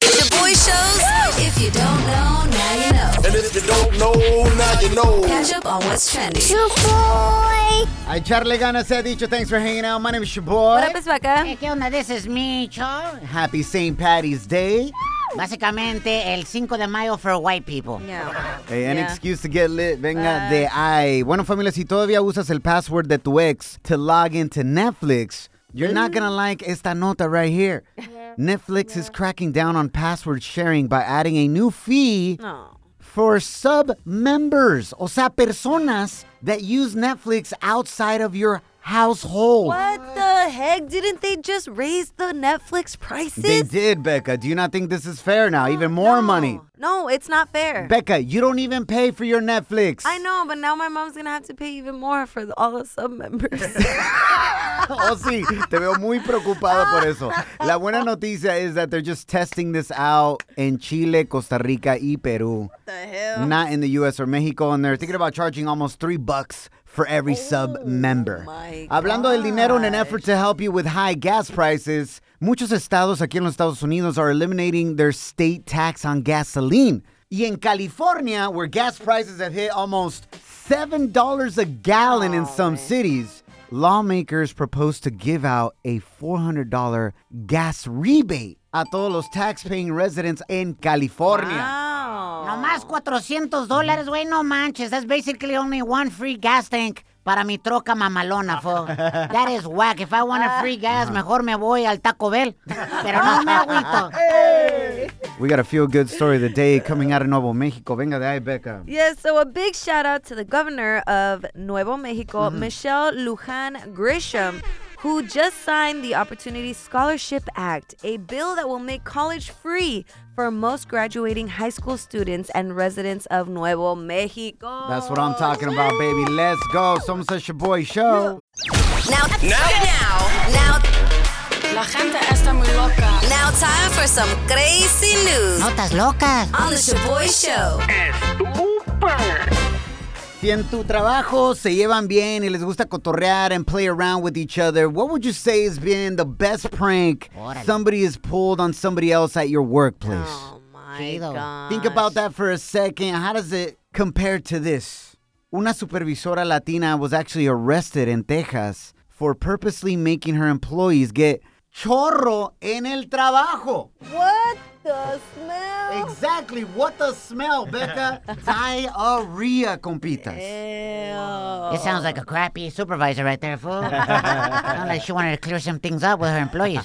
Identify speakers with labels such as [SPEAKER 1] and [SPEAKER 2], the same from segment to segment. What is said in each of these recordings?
[SPEAKER 1] The Boy Shows.
[SPEAKER 2] If you don't know, now you know.
[SPEAKER 3] And if you don't know, now you know.
[SPEAKER 2] Catch up on what's trending.
[SPEAKER 4] I Charlie Gana said dicho. Thanks for hanging out. My name is your boy.
[SPEAKER 2] What up? It's Becca.
[SPEAKER 5] Hey, Eh, ¿qué onda? This is Micho.
[SPEAKER 4] Happy St. Patty's Day.
[SPEAKER 5] Básicamente, el 5 de mayo for white people.
[SPEAKER 2] Yeah.
[SPEAKER 4] Hey, an
[SPEAKER 2] Yeah.
[SPEAKER 4] Eh,
[SPEAKER 2] Uh.
[SPEAKER 4] excuse to get lit. Venga de ahí. Bueno, familia, si todavía usas el password de tu ex to log into Netflix, you're not gonna
[SPEAKER 2] Mm.
[SPEAKER 4] like esta nota right here. Netflix is cracking down on password sharing by adding a new fee
[SPEAKER 2] No.
[SPEAKER 4] for sub members, o sea, personas that use Netflix outside of your household.
[SPEAKER 2] What the heck? Didn't they just raise the Netflix prices?
[SPEAKER 4] They did, Becca. Do you not think this is fair now? Even more
[SPEAKER 2] Oh, No.
[SPEAKER 4] money.
[SPEAKER 2] No, it's not fair.
[SPEAKER 4] Becca, you don't even pay for your Netflix.
[SPEAKER 2] I know, but now my mom's gonna have to pay even more for the, all the sub members.
[SPEAKER 4] Oh, sí, te veo muy preocupado por eso. La buena noticia is that they're just testing this out in Chile, Costa Rica y Peru. Not in the US or Mexico, and they're thinking about charging almost three bucks for every sub member.
[SPEAKER 2] my
[SPEAKER 4] Hablando del dinero, in an effort to help you with high gas prices, muchos estados aquí en los Estados Unidos are eliminating their state tax on gasoline. Y en California, where gas prices have hit almost $7 a gallon in some cities, lawmakers propose to give out a $400 gas rebate a todos los tax-paying residents in California.
[SPEAKER 2] Wow.
[SPEAKER 5] Nomás 400 dólares, güey, no manches. That's basically only one free gas tank para mi troca mamalona, fo. That is whack. If I want a free gas, mejor me voy al Taco Bell. Pero no me agüito.
[SPEAKER 4] We got a feel-good story of the day coming out of Nuevo Mexico. Venga de ahí, Becca.
[SPEAKER 2] Yes, so a big shout out to the governor of Nuevo Mexico, Michelle Lujan Grisham, who just signed the Opportunity Scholarship Act, a bill that will make college free for most graduating high school students and residents of Nuevo Mexico.
[SPEAKER 4] That's what I'm talking
[SPEAKER 5] Oh,
[SPEAKER 4] about, baby. Let's go. Somos a Shaboy Show.
[SPEAKER 1] Now, now, now,
[SPEAKER 6] La gente está muy loca.
[SPEAKER 1] now, time for some crazy news
[SPEAKER 5] Notas locas.
[SPEAKER 1] on the Shaboy Show.
[SPEAKER 4] Si en tu trabajo se llevan bien y les gusta cotorrear and play around with each other, what would you say has been the best prank
[SPEAKER 5] Órale.
[SPEAKER 4] somebody has pulled on somebody else at your workplace?
[SPEAKER 2] Oh my
[SPEAKER 5] Chido.
[SPEAKER 2] god.
[SPEAKER 4] Think about that for a second. How does it compare to this? Una supervisora latina was actually arrested in Texas for purposely making her employees get chorro en el trabajo.
[SPEAKER 2] What the smell?
[SPEAKER 4] Exactly. What the smell, Becca? Diarrhea, compitas.
[SPEAKER 5] It sounds like a crappy supervisor right there, fool. Sounds like she wanted to clear some things up with her employees.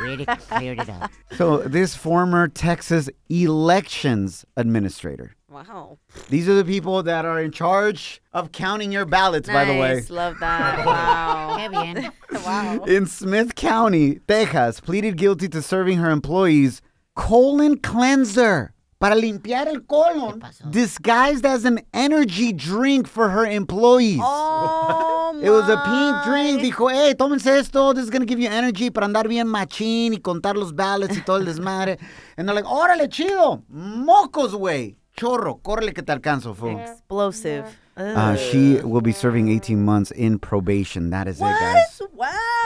[SPEAKER 5] really cleared it up.
[SPEAKER 4] So, this former Texas elections administrator.
[SPEAKER 1] Oh.
[SPEAKER 2] Wow.
[SPEAKER 4] These are the people that are in charge of counting your ballots, by the way.
[SPEAKER 2] Nice, Love that. Wow.
[SPEAKER 5] Qué bien.
[SPEAKER 4] In Smith County, Texas, pleaded guilty to serving her employees colon cleanser para limpiar el colon,
[SPEAKER 5] pasó?
[SPEAKER 4] disguised as an energy drink for her employees.
[SPEAKER 2] Oh
[SPEAKER 4] It was a pink drink. Dijo, hey, tómense esto. This is going to give you energy para andar bien machín y contar los ballots y todo el desmadre. And they're like, órale, chido. Mocos, güey. Chorro, córrele que te alcanzo, fool.
[SPEAKER 2] explosive.
[SPEAKER 4] Uh, she will be serving 18 months in probation. That is it, guys.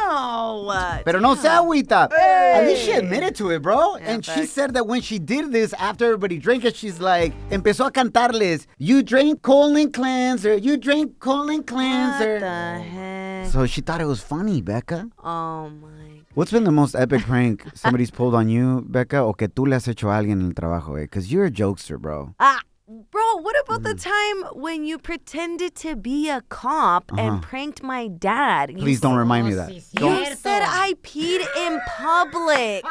[SPEAKER 2] Wow.
[SPEAKER 4] Pero no se agüita. At least she admitted to it, bro. and she said that when she did this, after everybody drank it, she's like, empezó a cantarles, you drink colon cleanser, you drink colon cleanser.
[SPEAKER 2] The heck?
[SPEAKER 4] So she thought it was funny, Becca.
[SPEAKER 2] Oh my.
[SPEAKER 4] What's been the most epic prank somebody's pulled on you, Becca, o que tú le has hecho a alguien en el trabajo, eh? Because you're a jokester, bro.
[SPEAKER 2] Ah, bro, what about
[SPEAKER 4] Mm.
[SPEAKER 2] the time when you pretended to be a cop and pranked my dad? You
[SPEAKER 4] Uh-huh. Please don't
[SPEAKER 2] s-
[SPEAKER 4] remind me of that.
[SPEAKER 2] You said I peed in public.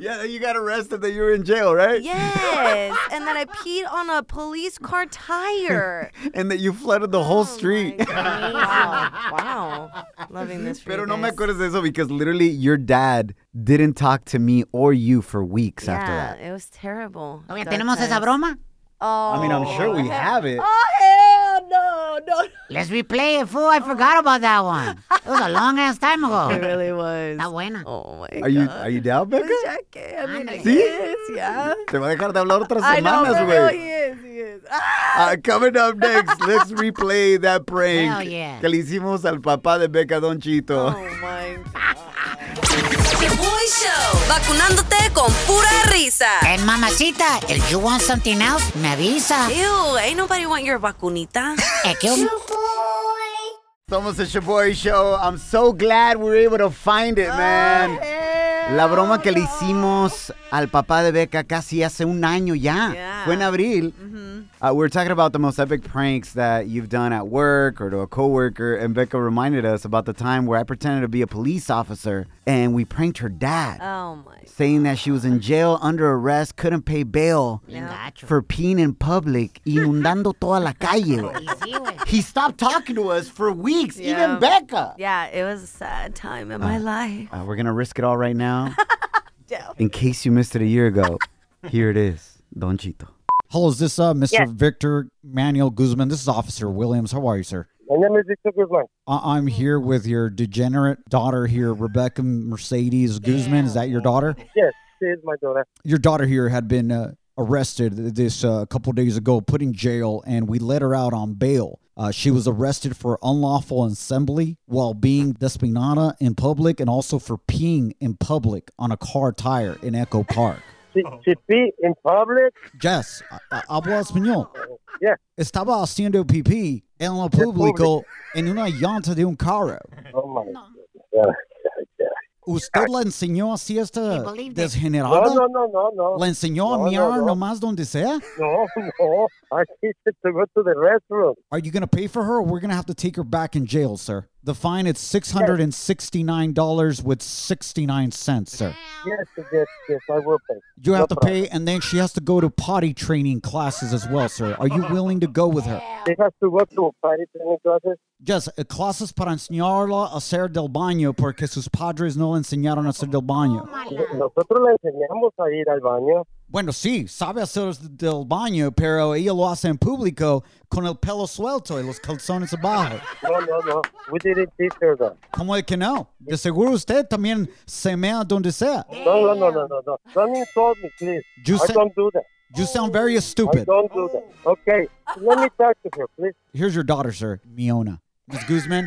[SPEAKER 4] Yeah, you got arrested that you were in jail, right?
[SPEAKER 2] yes, and then I peed on a police car tire.
[SPEAKER 4] And that you flooded the
[SPEAKER 2] Oh
[SPEAKER 4] whole street.
[SPEAKER 2] wow, wow, loving this. For you guys.
[SPEAKER 4] de eso because literally your dad didn't talk to me or you for weeks after
[SPEAKER 2] Yeah,
[SPEAKER 4] that.
[SPEAKER 2] it was terrible.
[SPEAKER 5] Oye,
[SPEAKER 2] Dark
[SPEAKER 5] ¿tenemos esa
[SPEAKER 2] times.
[SPEAKER 5] broma?
[SPEAKER 2] Oh,
[SPEAKER 4] I mean, I'm sure we have it.
[SPEAKER 2] Oh hell no, no.
[SPEAKER 5] Let's replay it, fool. I forgot about that one. It was a long ass time
[SPEAKER 2] It
[SPEAKER 5] ago.
[SPEAKER 2] really was.
[SPEAKER 5] Está buena.
[SPEAKER 2] Oh my
[SPEAKER 4] Are you
[SPEAKER 2] god.
[SPEAKER 4] are you down, Becca?
[SPEAKER 2] Ya que, I mean, I
[SPEAKER 5] Ándale.
[SPEAKER 4] ¿Sí?
[SPEAKER 2] guess, yeah.
[SPEAKER 4] Te va a dejar de hablar otras
[SPEAKER 2] I know,
[SPEAKER 4] semanas,
[SPEAKER 2] for real, he
[SPEAKER 4] güey.
[SPEAKER 2] is, he is. Ah!
[SPEAKER 4] Uh, coming up next, let's replay that prank
[SPEAKER 5] Hell yeah.
[SPEAKER 4] que le hicimos al papá de Becca Don Chito.
[SPEAKER 2] Oh my
[SPEAKER 1] The Boy Show. Vacunándote con pura risa.
[SPEAKER 5] And mamacita, if you want something else, me avisa.
[SPEAKER 2] Ew, ain't nobody want your vacunita.
[SPEAKER 5] Eh, ¿qué hum-
[SPEAKER 4] Somos el Shaboy Show. I'm so glad we were able to find it, man. La broma que le hicimos al papá de Becca casi hace un año ya.
[SPEAKER 2] Yeah.
[SPEAKER 4] Fue en abril. Uh, we're talking about the most epic pranks that you've done at work or to a coworker, and Becca reminded us about the time where I pretended to be a police officer and we pranked her dad,
[SPEAKER 2] Oh my.
[SPEAKER 4] saying that she was in jail under arrest, couldn't pay bail
[SPEAKER 5] Bien gacho.
[SPEAKER 4] for peeing in public, inundando toda la calle.
[SPEAKER 5] Y
[SPEAKER 4] güey.
[SPEAKER 5] sí, güey.
[SPEAKER 4] He stopped talking to us for weeks,
[SPEAKER 2] Yeah.
[SPEAKER 4] even Becca.
[SPEAKER 2] Yeah, it was a sad time in my life.
[SPEAKER 4] Uh, we're gonna risk it all right now. In case you missed it a year ago, here it is, Don Chito.
[SPEAKER 7] Hello, is this uh, Mr. Victor Manuel Guzman? This is Officer Williams. How are you, sir?
[SPEAKER 8] My name is Victor Guzman.
[SPEAKER 7] I- I'm here with your degenerate daughter here, Rebecca Mercedes Guzman. Is that your daughter?
[SPEAKER 8] Yes, she is my daughter.
[SPEAKER 7] Your daughter here had been uh, arrested this uh, couple days ago, put in jail, and we let her out on bail. Uh, she was arrested for unlawful assembly while being despinata in public and also for peeing in public on a car tire in Echo Park.
[SPEAKER 8] She, she pee in public.
[SPEAKER 7] Jess, a- a- habla español.
[SPEAKER 8] Yeah.
[SPEAKER 7] Estaba haciendo pipí en lo público en una llanta de un carro.
[SPEAKER 8] Oh my. God.
[SPEAKER 7] ¿Usted le enseñó así esta
[SPEAKER 5] believed it.
[SPEAKER 8] No,
[SPEAKER 7] desgenerada?
[SPEAKER 8] no, no, no, no.
[SPEAKER 7] ¿Le enseñó a
[SPEAKER 8] No, no,
[SPEAKER 7] mirar
[SPEAKER 8] no.
[SPEAKER 7] nomás donde sea?
[SPEAKER 8] No, no. I need to go to the restroom.
[SPEAKER 7] Are you going to pay for her or we're going to have to take her back in jail, sir? The fine is $669 with 69 cents, sir.
[SPEAKER 8] Yes, yes, yes. I will pay.
[SPEAKER 7] You have
[SPEAKER 8] No
[SPEAKER 7] to pay and then she has to go to potty training classes as well, sir. Are you willing to go with her?
[SPEAKER 8] She has to go to party training classes.
[SPEAKER 7] Yes, eh, clases para enseñarla a hacer del baño porque sus padres no le enseñaron a hacer del baño.
[SPEAKER 8] Nosotros le enseñamos a ir al baño.
[SPEAKER 7] Bueno, sí, sabe hacer del baño, pero ella lo hace en público con el pelo suelto y los calzones abajo.
[SPEAKER 8] No, no, no. We didn't teach her that.
[SPEAKER 7] ¿Cómo es que no? De seguro usted también se mea donde sea.
[SPEAKER 8] No, no, no, no, no, no. Don't insult me, please.
[SPEAKER 7] You
[SPEAKER 8] I
[SPEAKER 7] said-
[SPEAKER 8] don't do that.
[SPEAKER 7] You sound very
[SPEAKER 8] I
[SPEAKER 7] stupid.
[SPEAKER 8] don't do that.
[SPEAKER 5] Oh.
[SPEAKER 8] Okay. Let me talk to her, please.
[SPEAKER 7] Here's your daughter, sir, Miona. Ms. Guzman,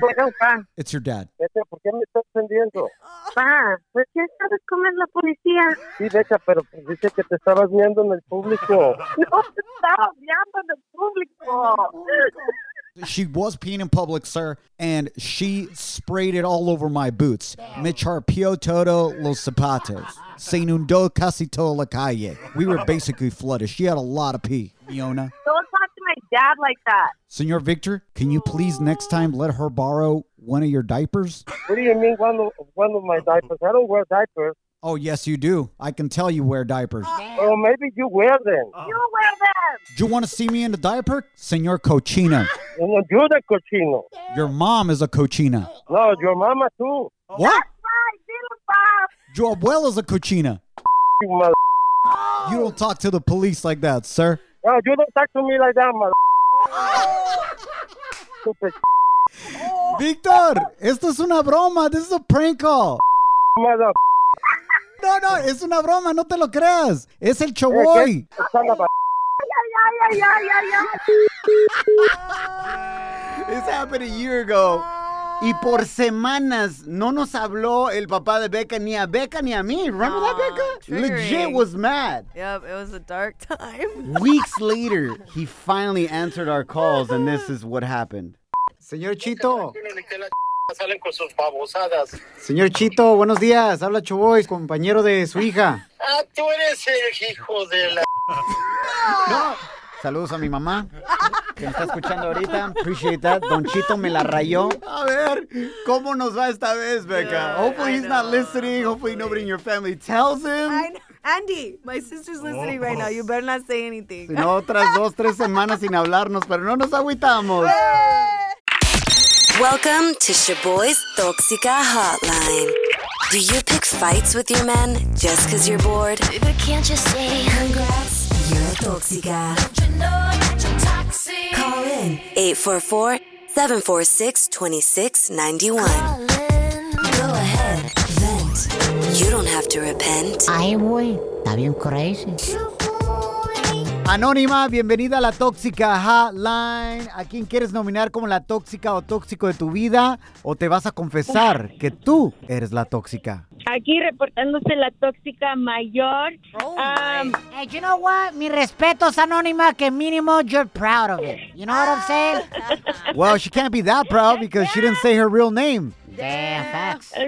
[SPEAKER 7] it's your dad.
[SPEAKER 8] Vete, ¿por qué me estás prendiendo?
[SPEAKER 9] Pa, pues ya sabes cómo es la policía.
[SPEAKER 8] Sí, Beca, pero pues dice que te estabas viendo en el público.
[SPEAKER 9] No te estaba hablando del público.
[SPEAKER 7] She was peeing in public, sir, and she sprayed it all over my boots. Me charpio todo los zapatos. Se inundó casi toda la calle. We were basically flooded. She had a lot of pee, Miona.
[SPEAKER 9] Don't talk to my dad like that.
[SPEAKER 7] Senor Victor, can you please next time let her borrow one of your diapers?
[SPEAKER 8] What do you mean one of, one of my diapers? I don't wear diapers.
[SPEAKER 7] Oh, yes, you do. I can tell you wear diapers.
[SPEAKER 8] Or Oh, maybe you wear them.
[SPEAKER 9] You wear them.
[SPEAKER 7] Do you want to see me in a diaper? Senor Cochina.
[SPEAKER 8] You know, you're the cochino.
[SPEAKER 7] Your mom is a cochina.
[SPEAKER 8] No, your mama too.
[SPEAKER 7] What?
[SPEAKER 9] Right, little Bob.
[SPEAKER 7] Your abuela's a cochina.
[SPEAKER 8] You mother.
[SPEAKER 7] You don't talk to the police like that, sir.
[SPEAKER 8] No, you don't talk to me like that, mother.
[SPEAKER 9] Oh.
[SPEAKER 8] Stupid
[SPEAKER 7] Victor, esto es una broma. This is a prank call.
[SPEAKER 8] mother.
[SPEAKER 7] No, no, es una broma. No te lo creas. Es el Chavoy.
[SPEAKER 8] Son of a-
[SPEAKER 9] Ay, ay, ay, ay, ay.
[SPEAKER 4] This happened a year ago. Y por semanas no nos habló el papá de Becca ni a Becca ni a mí. Remember that
[SPEAKER 2] Aw,
[SPEAKER 4] Becca? Legit
[SPEAKER 2] triggering.
[SPEAKER 4] was mad.
[SPEAKER 2] Yep, it was a dark time.
[SPEAKER 4] Weeks later, he finally answered our calls, and this is what happened. Señor Chito.
[SPEAKER 10] salen con sus babosadas.
[SPEAKER 4] Señor Chito, buenos días. Habla Chubois, compañero de su hija.
[SPEAKER 10] Ah, tú eres el hijo de la...
[SPEAKER 4] Saludos a mi mamá, que me está escuchando ahorita. Appreciate that. Don Chito me la rayó. A ver, ¿cómo nos va esta vez, Becca? Hopefully he's not listening. Hopefully nobody in your family tells him.
[SPEAKER 2] Andy, my sister's listening right now. You better not say anything.
[SPEAKER 4] Oh. Si no, otras dos, tres semanas sin hablarnos, pero no nos agüitamos.
[SPEAKER 1] Welcome to Shaboy's Toxica Hotline. Do you pick fights with your men just because you're bored?
[SPEAKER 11] Baby, can't you say congrats?
[SPEAKER 1] You're tóxica.
[SPEAKER 11] You know that you're toxic.
[SPEAKER 1] Call in 844 746 2691. Go ahead, vent. You don't have to repent.
[SPEAKER 5] Ay, güey, está bien crazy.
[SPEAKER 4] Anónima, bienvenida a la Tóxica Hotline. ¿A quién quieres nominar como la tóxica o tóxico de tu vida? ¿O te vas a confesar que tú eres la tóxica?
[SPEAKER 12] Aquí reportándose la tóxica mayor.
[SPEAKER 2] Oh,
[SPEAKER 12] Um,
[SPEAKER 5] Hey, you know what? Mi respeto es anónima que mínimo you're proud of it. You know what I'm saying?
[SPEAKER 4] Well, she can't be that proud because she didn't say her real name.
[SPEAKER 5] Damn, facts.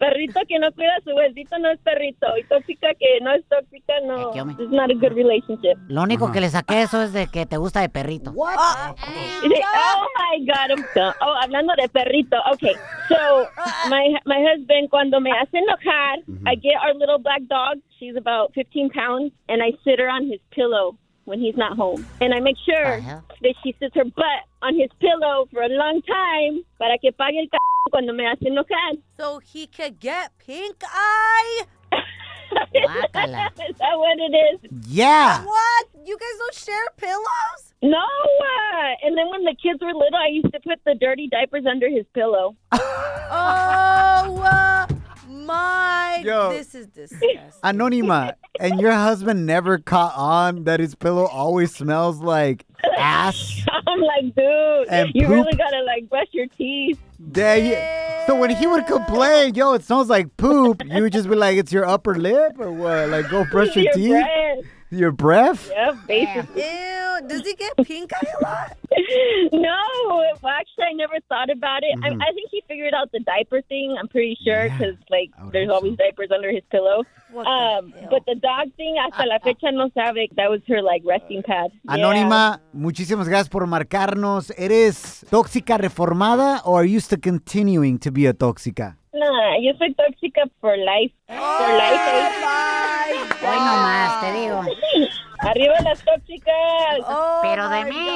[SPEAKER 12] perrito que no cuida su huesito no es perrito. Y tóxica que no es tóxica, no.
[SPEAKER 5] Ay, qué hombre.
[SPEAKER 12] It's not a good relationship.
[SPEAKER 5] Lo único que le saqué eso es de que te gusta de perrito.
[SPEAKER 12] Y dice, Ah. oh my God, I'm done. Oh, hablando de perrito. Okay, so my my husband cuando me hace enojar, I get our little black dog. She's about 15 pounds, and I sit her on his pillow when he's not home, and I make sure that she sits her butt on his pillow for a long time para que pague el c cuando me hace enojar.
[SPEAKER 2] So he could get pink eye?
[SPEAKER 5] Guácala.
[SPEAKER 12] Is that what it is?
[SPEAKER 4] Yeah.
[SPEAKER 2] What? You guys don't share pillows?
[SPEAKER 12] No. uh, And then when the kids were little, I used to put the dirty diapers under his pillow.
[SPEAKER 2] Oh, uh, my.
[SPEAKER 4] Yo.
[SPEAKER 2] This is disgusting.
[SPEAKER 4] Anónima, and your husband never caught on that his pillow always smells like ass?
[SPEAKER 12] I'm like, dude,
[SPEAKER 4] And
[SPEAKER 12] you
[SPEAKER 4] poop.
[SPEAKER 12] really gotta like brush your teeth.
[SPEAKER 4] Yeah, you- so when he would complain, yo, it smells like poop, you would just be like, it's your upper lip or what? Like, go brush your,
[SPEAKER 12] Your
[SPEAKER 4] teeth?
[SPEAKER 12] breath.
[SPEAKER 4] Your breath?
[SPEAKER 12] Yeah, basically.
[SPEAKER 2] Ew. Does he get pink eye a lot?
[SPEAKER 12] No, well, actually, I never thought about it.
[SPEAKER 4] Mm-hmm.
[SPEAKER 12] I, I think he figured out the diaper thing. I'm pretty sure because like there's always diapers under his pillow.
[SPEAKER 2] What the
[SPEAKER 12] Um,
[SPEAKER 2] hell?
[SPEAKER 12] but the dog thing, hasta la fecha no sabe. That was her like resting pad. Yeah.
[SPEAKER 4] Anónima, muchísimas gracias por marcarnos. ¿Eres tóxica reformada o are you still continuing to be a tóxica?
[SPEAKER 12] Nah, yo soy tóxica for life. For
[SPEAKER 2] Oh
[SPEAKER 12] life. eh.
[SPEAKER 5] Hoy nomás, te digo.
[SPEAKER 12] Arriba las tóxicas.
[SPEAKER 2] Oh,
[SPEAKER 5] Pero de
[SPEAKER 2] my
[SPEAKER 5] mí.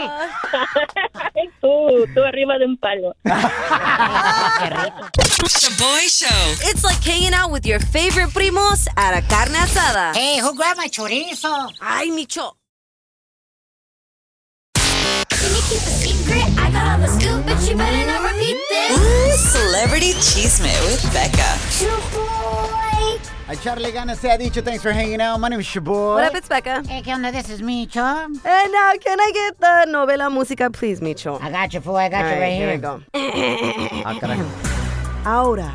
[SPEAKER 2] God.
[SPEAKER 12] tú, tú arriba de un palo.
[SPEAKER 1] The Boy Show. It's like hanging out with your favorite primos at a carne asada.
[SPEAKER 5] Hey, who grabbed my chorizo?
[SPEAKER 1] Ay, Micho.
[SPEAKER 11] Can you keep a secret? I got all the scoop, but you better not repeat this.
[SPEAKER 1] Celebrity Chisme with Becca.
[SPEAKER 11] Your boy.
[SPEAKER 4] A Charlie Gana se ha dicho, thanks for hanging out. My name is Shaboy.
[SPEAKER 2] What up, it's Becca.
[SPEAKER 5] Hey, ¿qué onda? This is Micho. I
[SPEAKER 2] And now, Eh, can I get the novela música, please, Micho?
[SPEAKER 5] got you, fool. I got you right
[SPEAKER 2] here we
[SPEAKER 5] here.
[SPEAKER 2] go.
[SPEAKER 4] Ah, carajo.
[SPEAKER 2] Ahora,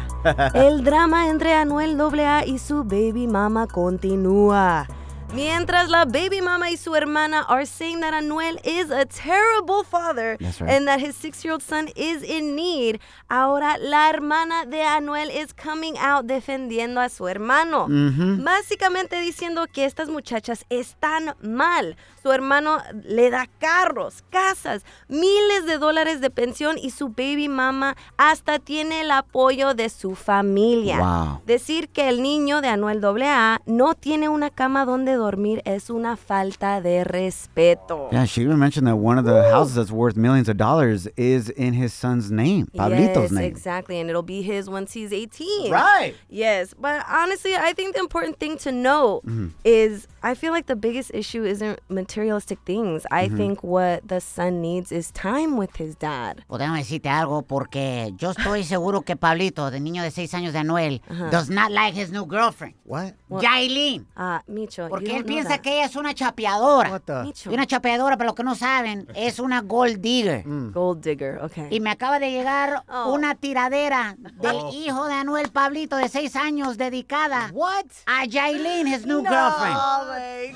[SPEAKER 2] el drama entre Anuel AA y su baby mama continúa. Mientras la baby mama y su hermana are saying that Anuel is a terrible father
[SPEAKER 4] That's right.
[SPEAKER 2] and that his six-year-old son is in need, ahora la hermana de Anuel is coming out defendiendo a su hermano. Básicamente diciendo que estas muchachas están mal. Su hermano le da carros, casas, miles de dólares de pensión y su baby mama hasta tiene el apoyo de su familia.
[SPEAKER 4] Wow.
[SPEAKER 2] Decir que el niño de Anuel AA no tiene una cama donde dormir es una falta de respeto.
[SPEAKER 4] Yeah, she even mentioned that one of the houses that's worth millions of dollars is in his son's name, Pablito's
[SPEAKER 2] yes,
[SPEAKER 4] name.
[SPEAKER 2] exactly, and it'll be his once he's 18.
[SPEAKER 4] Right.
[SPEAKER 2] Yes, but honestly, I think the important thing to know
[SPEAKER 4] Mm-hmm.
[SPEAKER 2] is I feel like the biggest issue isn't materialistic things. I
[SPEAKER 4] Mm-hmm.
[SPEAKER 2] think what the son needs is time with his dad.
[SPEAKER 5] Pues déjame decirte algo, porque yo estoy seguro que Pablito, de niño de 6 años de Anuel, does not like his new girlfriend,
[SPEAKER 4] What?
[SPEAKER 5] Yailin.
[SPEAKER 2] Uh, Micho, you
[SPEAKER 5] Porque
[SPEAKER 2] don't
[SPEAKER 5] él
[SPEAKER 2] know
[SPEAKER 5] piensa
[SPEAKER 2] that.
[SPEAKER 5] que ella es una chapeadora.
[SPEAKER 4] What the?
[SPEAKER 5] Y una
[SPEAKER 2] Micho,
[SPEAKER 5] chapeadora, para los que no saben, es una gold digger.
[SPEAKER 4] Mm.
[SPEAKER 2] gold digger. Okay.
[SPEAKER 5] Y me acaba de llegar
[SPEAKER 2] Oh.
[SPEAKER 5] una tiradera del
[SPEAKER 4] Oh.
[SPEAKER 5] hijo de Anuel Pablito de 6 años dedicada
[SPEAKER 4] What?
[SPEAKER 5] a Jailin, his new girlfriend.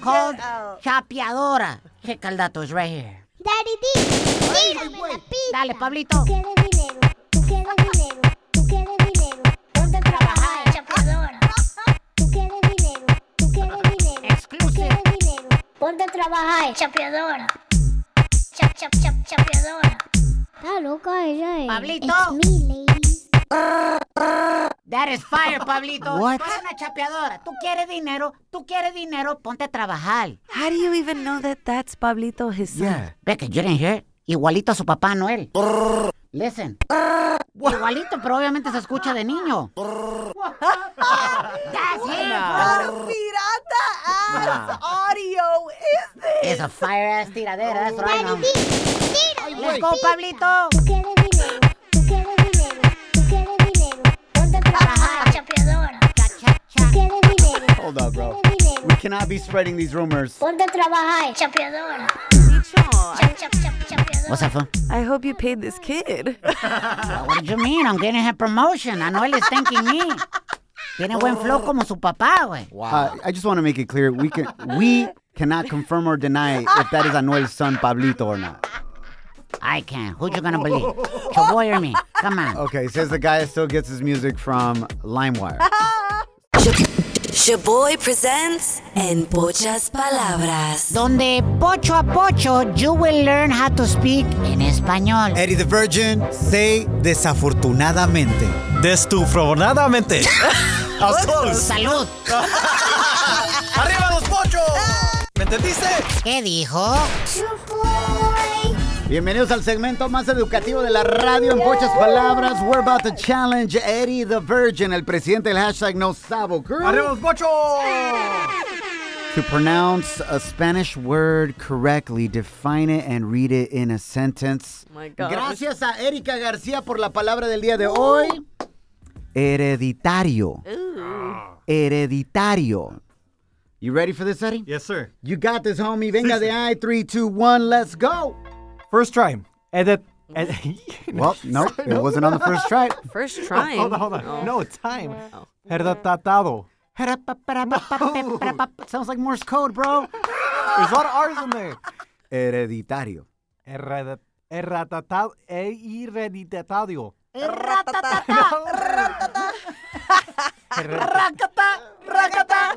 [SPEAKER 5] Called chapeadora. Checa el dato, it's right here.
[SPEAKER 11] Daddy D, dígame la pizza.
[SPEAKER 5] Dale, Pablito.
[SPEAKER 11] Tú quieres dinero, tú quieres dinero, tú quieres dinero. ¿Dónde trabajar, chapadora? Tú quieres dinero, tú quieres dinero, tú quieres dinero. ¿Dónde trabajar, chapeadora? Chap, chap, chap, chapeadora. Está loca ella, eh.
[SPEAKER 5] Pablito.
[SPEAKER 11] It's me, lady.
[SPEAKER 5] That is fire, Pablito.
[SPEAKER 4] What?
[SPEAKER 5] Tú eres una chapeadora. Tú quieres dinero, tú quieres dinero, ponte a trabajar.
[SPEAKER 2] How do you even know that that's Pablito, his son?
[SPEAKER 4] Yeah.
[SPEAKER 5] Ve que yo didn't hear. Igualito a su papá Anuel. Listen. Igualito, pero obviamente se escucha de niño.
[SPEAKER 2] That's What pirata ass audio is this?
[SPEAKER 5] It's a fire ass tiradera, that's right. no. Let's
[SPEAKER 11] güey.
[SPEAKER 5] go, Pablito.
[SPEAKER 11] Tú quieres dinero, tú quieres dinero, tú quieres dinero. Ponte a trabajar, chapeadora. Tú quieres dinero,
[SPEAKER 4] Hold up, bro.
[SPEAKER 11] dinero.
[SPEAKER 4] We cannot be spreading these rumors.
[SPEAKER 11] Ponte a trabajar, chapeadora. Chap, chap, chap, chapeadora.
[SPEAKER 5] What's up, fool?
[SPEAKER 2] I hope you paid this kid.
[SPEAKER 5] What do you mean? I'm getting a promotion. Anuel is thanking me. Tiene buen flow como su papá, güey.
[SPEAKER 4] Uh, I just want to make it clear we can we cannot confirm or deny if that is Anuel's son Pablito or not.
[SPEAKER 5] I can. Who you gonna believe? Your boy or me? Come on.
[SPEAKER 4] Okay, says the guy that still gets his music from LimeWire.
[SPEAKER 1] Shaboy presents En Pochas Palabras.
[SPEAKER 5] Donde pocho a pocho, you will learn how to speak en español.
[SPEAKER 4] Eddie the Virgin, say desafortunadamente.
[SPEAKER 13] Destufronadamente. I was close.
[SPEAKER 5] Salud.
[SPEAKER 13] ¡Arriba los pochos! ¿Me entendiste?
[SPEAKER 5] ¿Qué dijo?
[SPEAKER 4] Bienvenidos al segmento más educativo de la radio en muchas palabras. We're about to challenge Eddie the Virgin, el presidente del hashtag No Sabo Girl,
[SPEAKER 13] ¡Arriba los pochos!
[SPEAKER 2] Oh
[SPEAKER 4] to pronounce a Spanish word correctly, define it, and read it in a sentence.
[SPEAKER 2] my God.
[SPEAKER 4] Gracias a Erika García por la palabra del día de hoy. Hereditario. Hereditario. You ready for this, Eddie?
[SPEAKER 13] Yes, sir.
[SPEAKER 4] You got this, homie. Venga de ahí. Three, two, one. Let's go.
[SPEAKER 13] First try. Edit. edit. Oh,
[SPEAKER 4] Well, no, it wasn't on the first try.
[SPEAKER 2] First trying. Oh.
[SPEAKER 13] hold on, hold on. No, time. Herdatatado.
[SPEAKER 4] Sounds like Morse code, bro.
[SPEAKER 13] There's a lot of R's in there.
[SPEAKER 4] Hereditario.
[SPEAKER 13] Herda- Herdatatado. eh, Irreditatadio.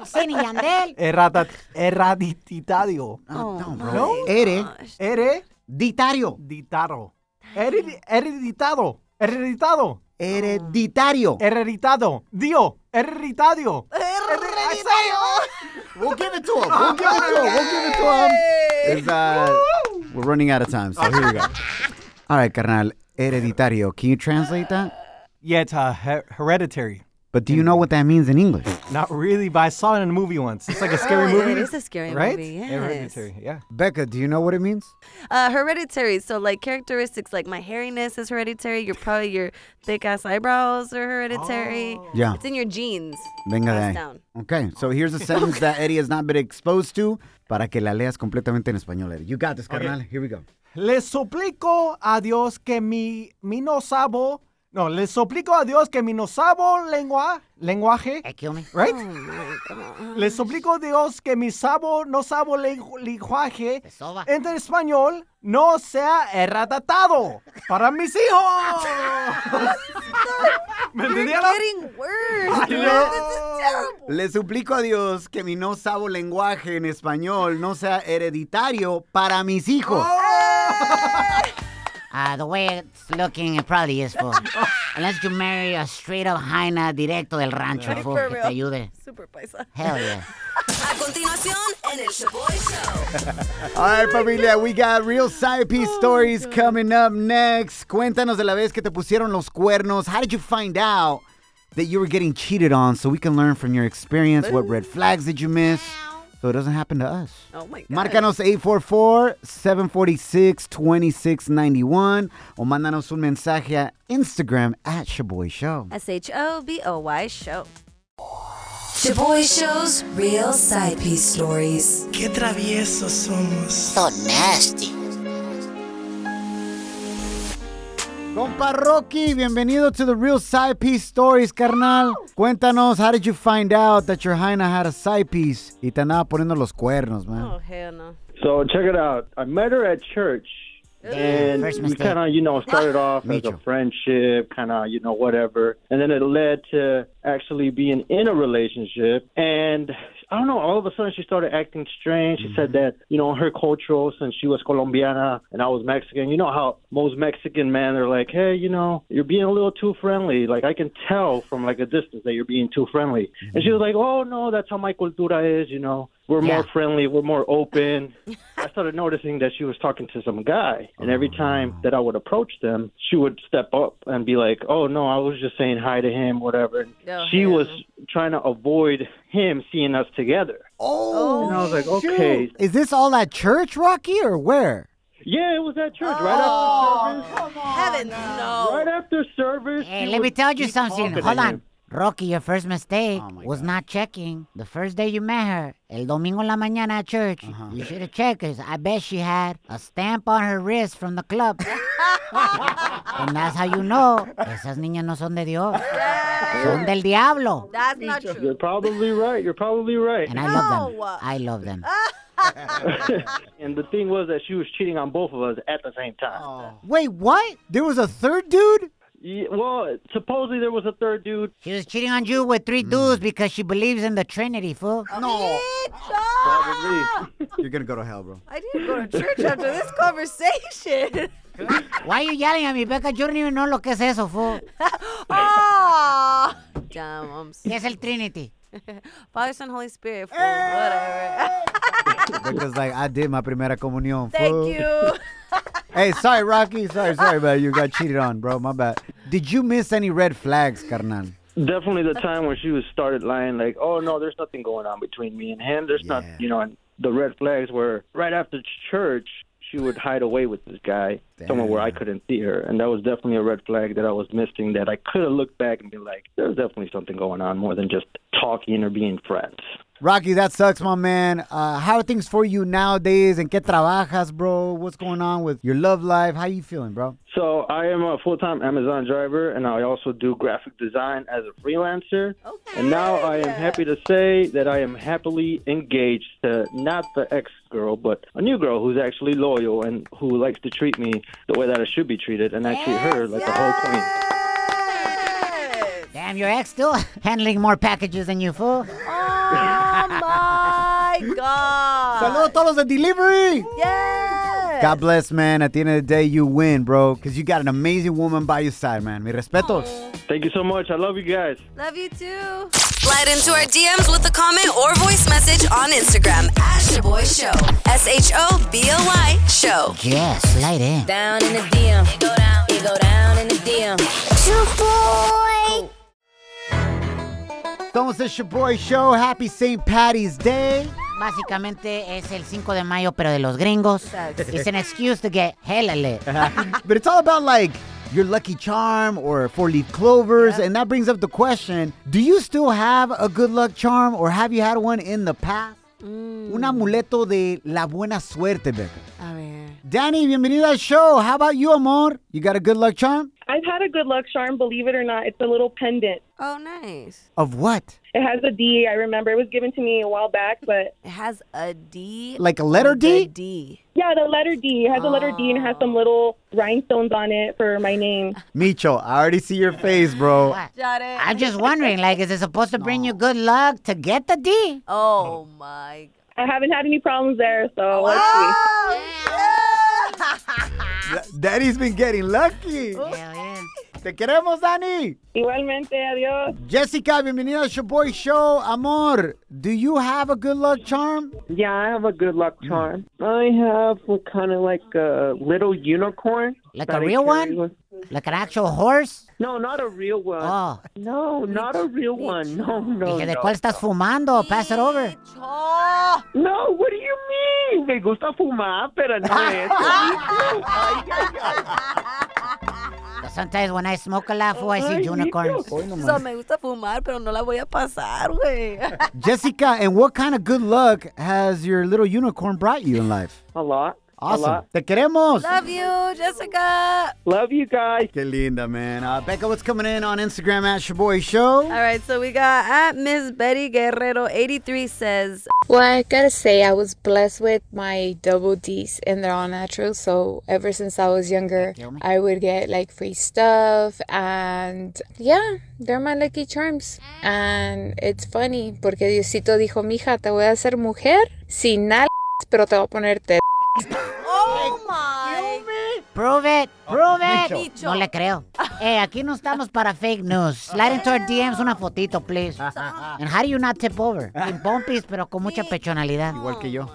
[SPEAKER 5] Sin Yandel.
[SPEAKER 13] Erratat. Erradititadio.
[SPEAKER 4] Oh, no, bro.
[SPEAKER 13] No?
[SPEAKER 4] Hereditario.
[SPEAKER 13] Hereditaro. Hered- Hereditado. Hereditado.
[SPEAKER 4] Hereditario.
[SPEAKER 13] Hereditado. Dio. Hereditadio.
[SPEAKER 4] We'll give it to him. We'll give it to him. We'll give it to him. It's, uh, we're running out of time, so here we go. All right, carnal. Hereditario. Can you translate that?
[SPEAKER 13] Yeah, it's uh, her- hereditary.
[SPEAKER 4] But do you know what that means in English?
[SPEAKER 13] Not really, but I saw it in a movie once. It's like a scary
[SPEAKER 2] Oh,
[SPEAKER 13] movie.
[SPEAKER 2] It is a scary
[SPEAKER 13] right?
[SPEAKER 2] movie. Yes.
[SPEAKER 13] Hereditary, yeah.
[SPEAKER 4] Becca, do you know what it means?
[SPEAKER 2] Uh, hereditary. So like characteristics like my hairiness is hereditary. Your probably your thick ass eyebrows are hereditary.
[SPEAKER 4] Yeah.
[SPEAKER 2] It's in your genes.
[SPEAKER 4] Venga de
[SPEAKER 2] Passed
[SPEAKER 4] ahí.
[SPEAKER 2] down.
[SPEAKER 4] Okay, so here's a sentence that Eddie has not been exposed to para que la leas completamente en español, Eddie. You got this, carnal. Here we go.
[SPEAKER 13] Le suplico a Dios que mi, mi no sabo. No, le suplico a Dios que mi no sabo lengua, lenguaje.
[SPEAKER 5] Excuse me.
[SPEAKER 13] Right?
[SPEAKER 2] Oh.
[SPEAKER 14] Oh
[SPEAKER 13] Le suplico a Dios que mi sabo, no sabo lengu- lenguaje
[SPEAKER 5] Te soba.
[SPEAKER 13] entre español no sea erratatado para mis hijos. ¿Me entendieron?
[SPEAKER 2] Getting worse.
[SPEAKER 13] Ay,
[SPEAKER 2] man.
[SPEAKER 13] no.
[SPEAKER 2] This is terrible.
[SPEAKER 4] Le suplico a Dios que mi no sabo lenguaje en español no sea hereditario para mis hijos.
[SPEAKER 5] Oh. Uh, the way it's looking, it probably is, fool. Unless you marry a straight up jaina directo del rancho, fool,
[SPEAKER 2] For
[SPEAKER 5] que te
[SPEAKER 2] real.
[SPEAKER 5] ayude.
[SPEAKER 2] Super paisa.
[SPEAKER 5] Hell yeah.
[SPEAKER 1] A continuación, en el Shaboy Show.
[SPEAKER 4] All right, familia, we got real side
[SPEAKER 2] Oh,
[SPEAKER 4] piece stories coming up next. Cuéntanos de la vez que te pusieron los cuernos. How did you find out that you were getting cheated on so we can learn from your experience? What red flags did you miss so it doesn't happen to us?
[SPEAKER 2] Oh my god.
[SPEAKER 4] Márcanos 844-746-2691 o mándanos un mensaje a Instagram at Shaboy Show.
[SPEAKER 2] S H O B O Y show.
[SPEAKER 1] Shaboy Show's real side piece stories.
[SPEAKER 15] Qué traviesos somos.
[SPEAKER 5] So nasty.
[SPEAKER 4] Compa Rocky, bienvenido to the Real Side Piece Stories, carnal. Cuéntanos, how did you find out that your Jaina had a side piece y te andaba poniendo los cuernos, man?
[SPEAKER 2] Oh hell no.
[SPEAKER 14] So check it out. I met her at church, and
[SPEAKER 5] First
[SPEAKER 14] we
[SPEAKER 5] mistake.
[SPEAKER 14] kind of, you know, started off
[SPEAKER 4] Me
[SPEAKER 14] as a
[SPEAKER 4] too.
[SPEAKER 14] friendship, kind of, you know, whatever, and then it led to actually being in a relationship. And I don't know, all of a sudden she started acting strange. She said that, you know, her cultural, since she was Colombiana and I was Mexican, you know how most Mexican men are like, hey, you know, you're being a little too friendly. Like I can tell from like a distance that you're being too friendly. And she was like, oh no, that's how my cultura is, you know. We're
[SPEAKER 10] Yeah.
[SPEAKER 14] more friendly. We're more open. I started noticing that she was talking to some guy, and
[SPEAKER 4] Oh.
[SPEAKER 14] every time that I would approach them, she would step up and be like, "Oh no, I was just saying hi to him, whatever." And
[SPEAKER 10] Oh,
[SPEAKER 14] she
[SPEAKER 10] hell.
[SPEAKER 14] was trying to avoid him seeing us together.
[SPEAKER 4] Oh,
[SPEAKER 14] and I was like, "Okay,
[SPEAKER 4] Is this all at church, Rocky, or where?
[SPEAKER 14] yeah, it was at church right
[SPEAKER 12] Oh.
[SPEAKER 2] Oh,
[SPEAKER 14] after service."
[SPEAKER 2] Heavens, no.
[SPEAKER 14] Right after service.
[SPEAKER 5] Hey,
[SPEAKER 14] she
[SPEAKER 5] Eh, let me
[SPEAKER 14] would
[SPEAKER 5] tell you
[SPEAKER 14] keep
[SPEAKER 5] something.
[SPEAKER 14] talking to
[SPEAKER 5] Hold on.
[SPEAKER 14] him.
[SPEAKER 5] Rocky, your first mistake was not checking. The first day you met her, el domingo en la mañana at church, you should have checked because I bet she had a stamp on her wrist from the club. and that's how you know esas niñas no son de Dios. Son del diablo.
[SPEAKER 2] That's not true.
[SPEAKER 14] You're probably right. You're probably right.
[SPEAKER 5] And I love them. I love them.
[SPEAKER 14] and the thing was that she was cheating on both of us at the same time.
[SPEAKER 4] Wait, what? There was a third dude?
[SPEAKER 14] Yeah, well, supposedly there was a third dude.
[SPEAKER 5] She was cheating on you with three dudes because she believes in the Trinity, fool.
[SPEAKER 4] No.
[SPEAKER 14] Probably.
[SPEAKER 4] You're going to go to hell, bro.
[SPEAKER 2] I didn't go to church after this conversation.
[SPEAKER 5] Why you yelling at me, Becca? You don't even know lo que es eso, fool.
[SPEAKER 2] Oh, dumb. I'm
[SPEAKER 5] ¿Qué Ah. es el Trinity?
[SPEAKER 2] Father, Son, Holy Spirit. Fool. Whatever.
[SPEAKER 4] Because, like, I did my primera comunión. fool.
[SPEAKER 2] Thank you.
[SPEAKER 4] Hey, sorry, Rocky. Sorry, sorry, man. You got cheated on, bro. My bad. Did you miss any red flags, carnal?
[SPEAKER 14] Definitely the time when she was started lying, like, "Oh no, there's nothing going on between me and him. There's not, you know." And the red flags were right after church. She would hide away with this guy somewhere where I couldn't see her, and that was definitely a red flag that I was missing. That I could have looked back and be like, "There's definitely something going on more than just talking or being friends."
[SPEAKER 4] Rocky, that sucks, my man. Uh, how are things for you nowadays? And qué trabajas, bro? What's going on with your love life? How you feeling, bro?
[SPEAKER 14] So I am a full-time Amazon driver, and I also do graphic design as a freelancer. And now I am happy to say that I am happily engaged to not the ex-girl, but a new girl who's actually loyal and who likes to treat me the way that I should be treated, and I treat her like a whole queen.
[SPEAKER 5] Damn, your ex still handling more packages than you, fool.
[SPEAKER 2] Oh
[SPEAKER 5] Eh,
[SPEAKER 2] my God.
[SPEAKER 4] Saludos todos de delivery.
[SPEAKER 2] Yes.
[SPEAKER 4] God bless, man. At the end of the day, you win, bro, because you got an amazing woman by your side, man. Mi respetos.
[SPEAKER 14] Thank you so much. I love you guys.
[SPEAKER 2] Love you too.
[SPEAKER 1] Slide into our DMs with a comment or voice message on Instagram at Shaboy Show. S H O B O Y Show.
[SPEAKER 5] Yes, slide in.
[SPEAKER 1] Down in the DM. You go down. You go down in the DM.
[SPEAKER 11] Shaboy.
[SPEAKER 4] Entonces, it's your boy show. Happy St. Patty's Day.
[SPEAKER 5] Básicamente es el 5 de mayo, pero de los gringos. It's an excuse to get hella lit.
[SPEAKER 4] but it's all about like your lucky charm or four leaf clovers. And that brings up the question do you still have a good luck charm or have you had one in the past? Un amuleto de la buena suerte, Becca.
[SPEAKER 2] Mm. A ver.
[SPEAKER 4] Danny, bienvenida al show. How about you, amor? You got a good luck charm?
[SPEAKER 9] I've had a good luck charm, believe it or not. It's a little pendant.
[SPEAKER 2] Oh, nice.
[SPEAKER 4] Of what?
[SPEAKER 9] It has a D. I remember it was given to me a while back, but
[SPEAKER 2] It has a D.
[SPEAKER 4] Like a letter
[SPEAKER 2] with
[SPEAKER 4] D?
[SPEAKER 2] a D.
[SPEAKER 9] yeah, the letter D. It has a letter D and it has some little rhinestones on it for my name.
[SPEAKER 4] Micho, I already see your face, bro.
[SPEAKER 2] Got it.
[SPEAKER 5] I'm just wondering, like, is it supposed to bring you good luck to get the D?
[SPEAKER 2] Oh my.
[SPEAKER 9] I haven't had any problems there, so let's see.
[SPEAKER 4] Danny's been getting lucky.
[SPEAKER 5] Hell yeah.
[SPEAKER 4] Te queremos, Danny.
[SPEAKER 9] Igualmente, adios.
[SPEAKER 4] Jessica, bienvenida al Shaboy Show. Amor, do you have a good luck charm? Mm.
[SPEAKER 16] Yeah, I have a good luck charm. I have kind of like a little unicorn.
[SPEAKER 5] Like
[SPEAKER 16] that
[SPEAKER 5] a
[SPEAKER 16] I
[SPEAKER 5] real
[SPEAKER 16] carry
[SPEAKER 5] one?
[SPEAKER 16] with-
[SPEAKER 5] Like an actual horse?
[SPEAKER 16] No, not a real one.
[SPEAKER 5] Oh.
[SPEAKER 16] No, not a real one. No, no.
[SPEAKER 5] Dije, ¿de
[SPEAKER 16] no.
[SPEAKER 5] cuál estás fumando? Pass it over.
[SPEAKER 2] Oh,
[SPEAKER 16] No, what do you mean? Me gusta fumar, pero no es. Ay, ay, ay.
[SPEAKER 5] Sometimes Pues when I smoke a lot, fool, I see
[SPEAKER 16] Ay,
[SPEAKER 5] unicorns.
[SPEAKER 2] so me gusta fumar, pero no la voy a pasar, güey.
[SPEAKER 4] Jessica, and what kind of good luck has your little unicorn brought you in life?
[SPEAKER 16] A lot. A
[SPEAKER 4] Awesome.
[SPEAKER 16] lot.
[SPEAKER 4] Te queremos.
[SPEAKER 2] Love you, Jessica.
[SPEAKER 16] Love you guys.
[SPEAKER 4] Que linda, man. Uh, Becca, what's coming in on Instagram at Shaboy Show?
[SPEAKER 2] All right, so we got at Miss Betty Guerrero 83 says,
[SPEAKER 17] Well, I gotta say, I was blessed with my double D's, and they're all natural. So ever since I was younger, I would get like free stuff, and yeah, they're my lucky charms. And it's funny porque Diosito dijo, mija, te voy a hacer mujer sin nada, pero te voy a poner tetas."
[SPEAKER 2] "Oh my
[SPEAKER 5] Prove it,
[SPEAKER 4] Ah,
[SPEAKER 5] prove it.
[SPEAKER 2] Nicho.
[SPEAKER 5] No le creo. Eh, aquí no estamos para fake news. Slide into our DMs una fotito, please. And how do you not tip over? In pompis, pero con mucha pechonalidad.
[SPEAKER 4] Igual que yo.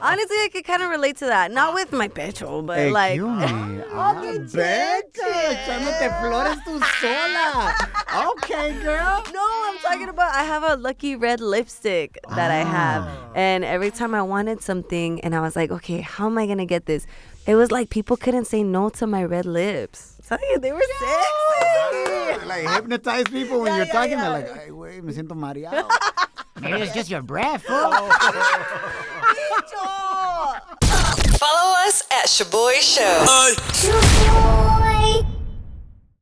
[SPEAKER 2] Honestly, I could kind of relate to that. Not with my pecho, but like. Ah,
[SPEAKER 4] echándote flores tú sola. Okay, girl.
[SPEAKER 2] No, I'm talking about I have a lucky red lipstick that I
[SPEAKER 4] Ah.
[SPEAKER 2] have. And every time I wanted something and I was like, okay, how am I going to get this? It was like people couldn't say no to my red lips. Tell you, they were sexy.
[SPEAKER 4] Like hypnotize people when
[SPEAKER 2] Yeah,
[SPEAKER 4] you're
[SPEAKER 2] yeah,
[SPEAKER 4] talking.
[SPEAKER 2] yeah.
[SPEAKER 4] They're like, ay, güey, me siento mareado.
[SPEAKER 5] Maybe it's just your breath, fool.
[SPEAKER 2] Nicho!
[SPEAKER 1] Follow us at Shaboy Show.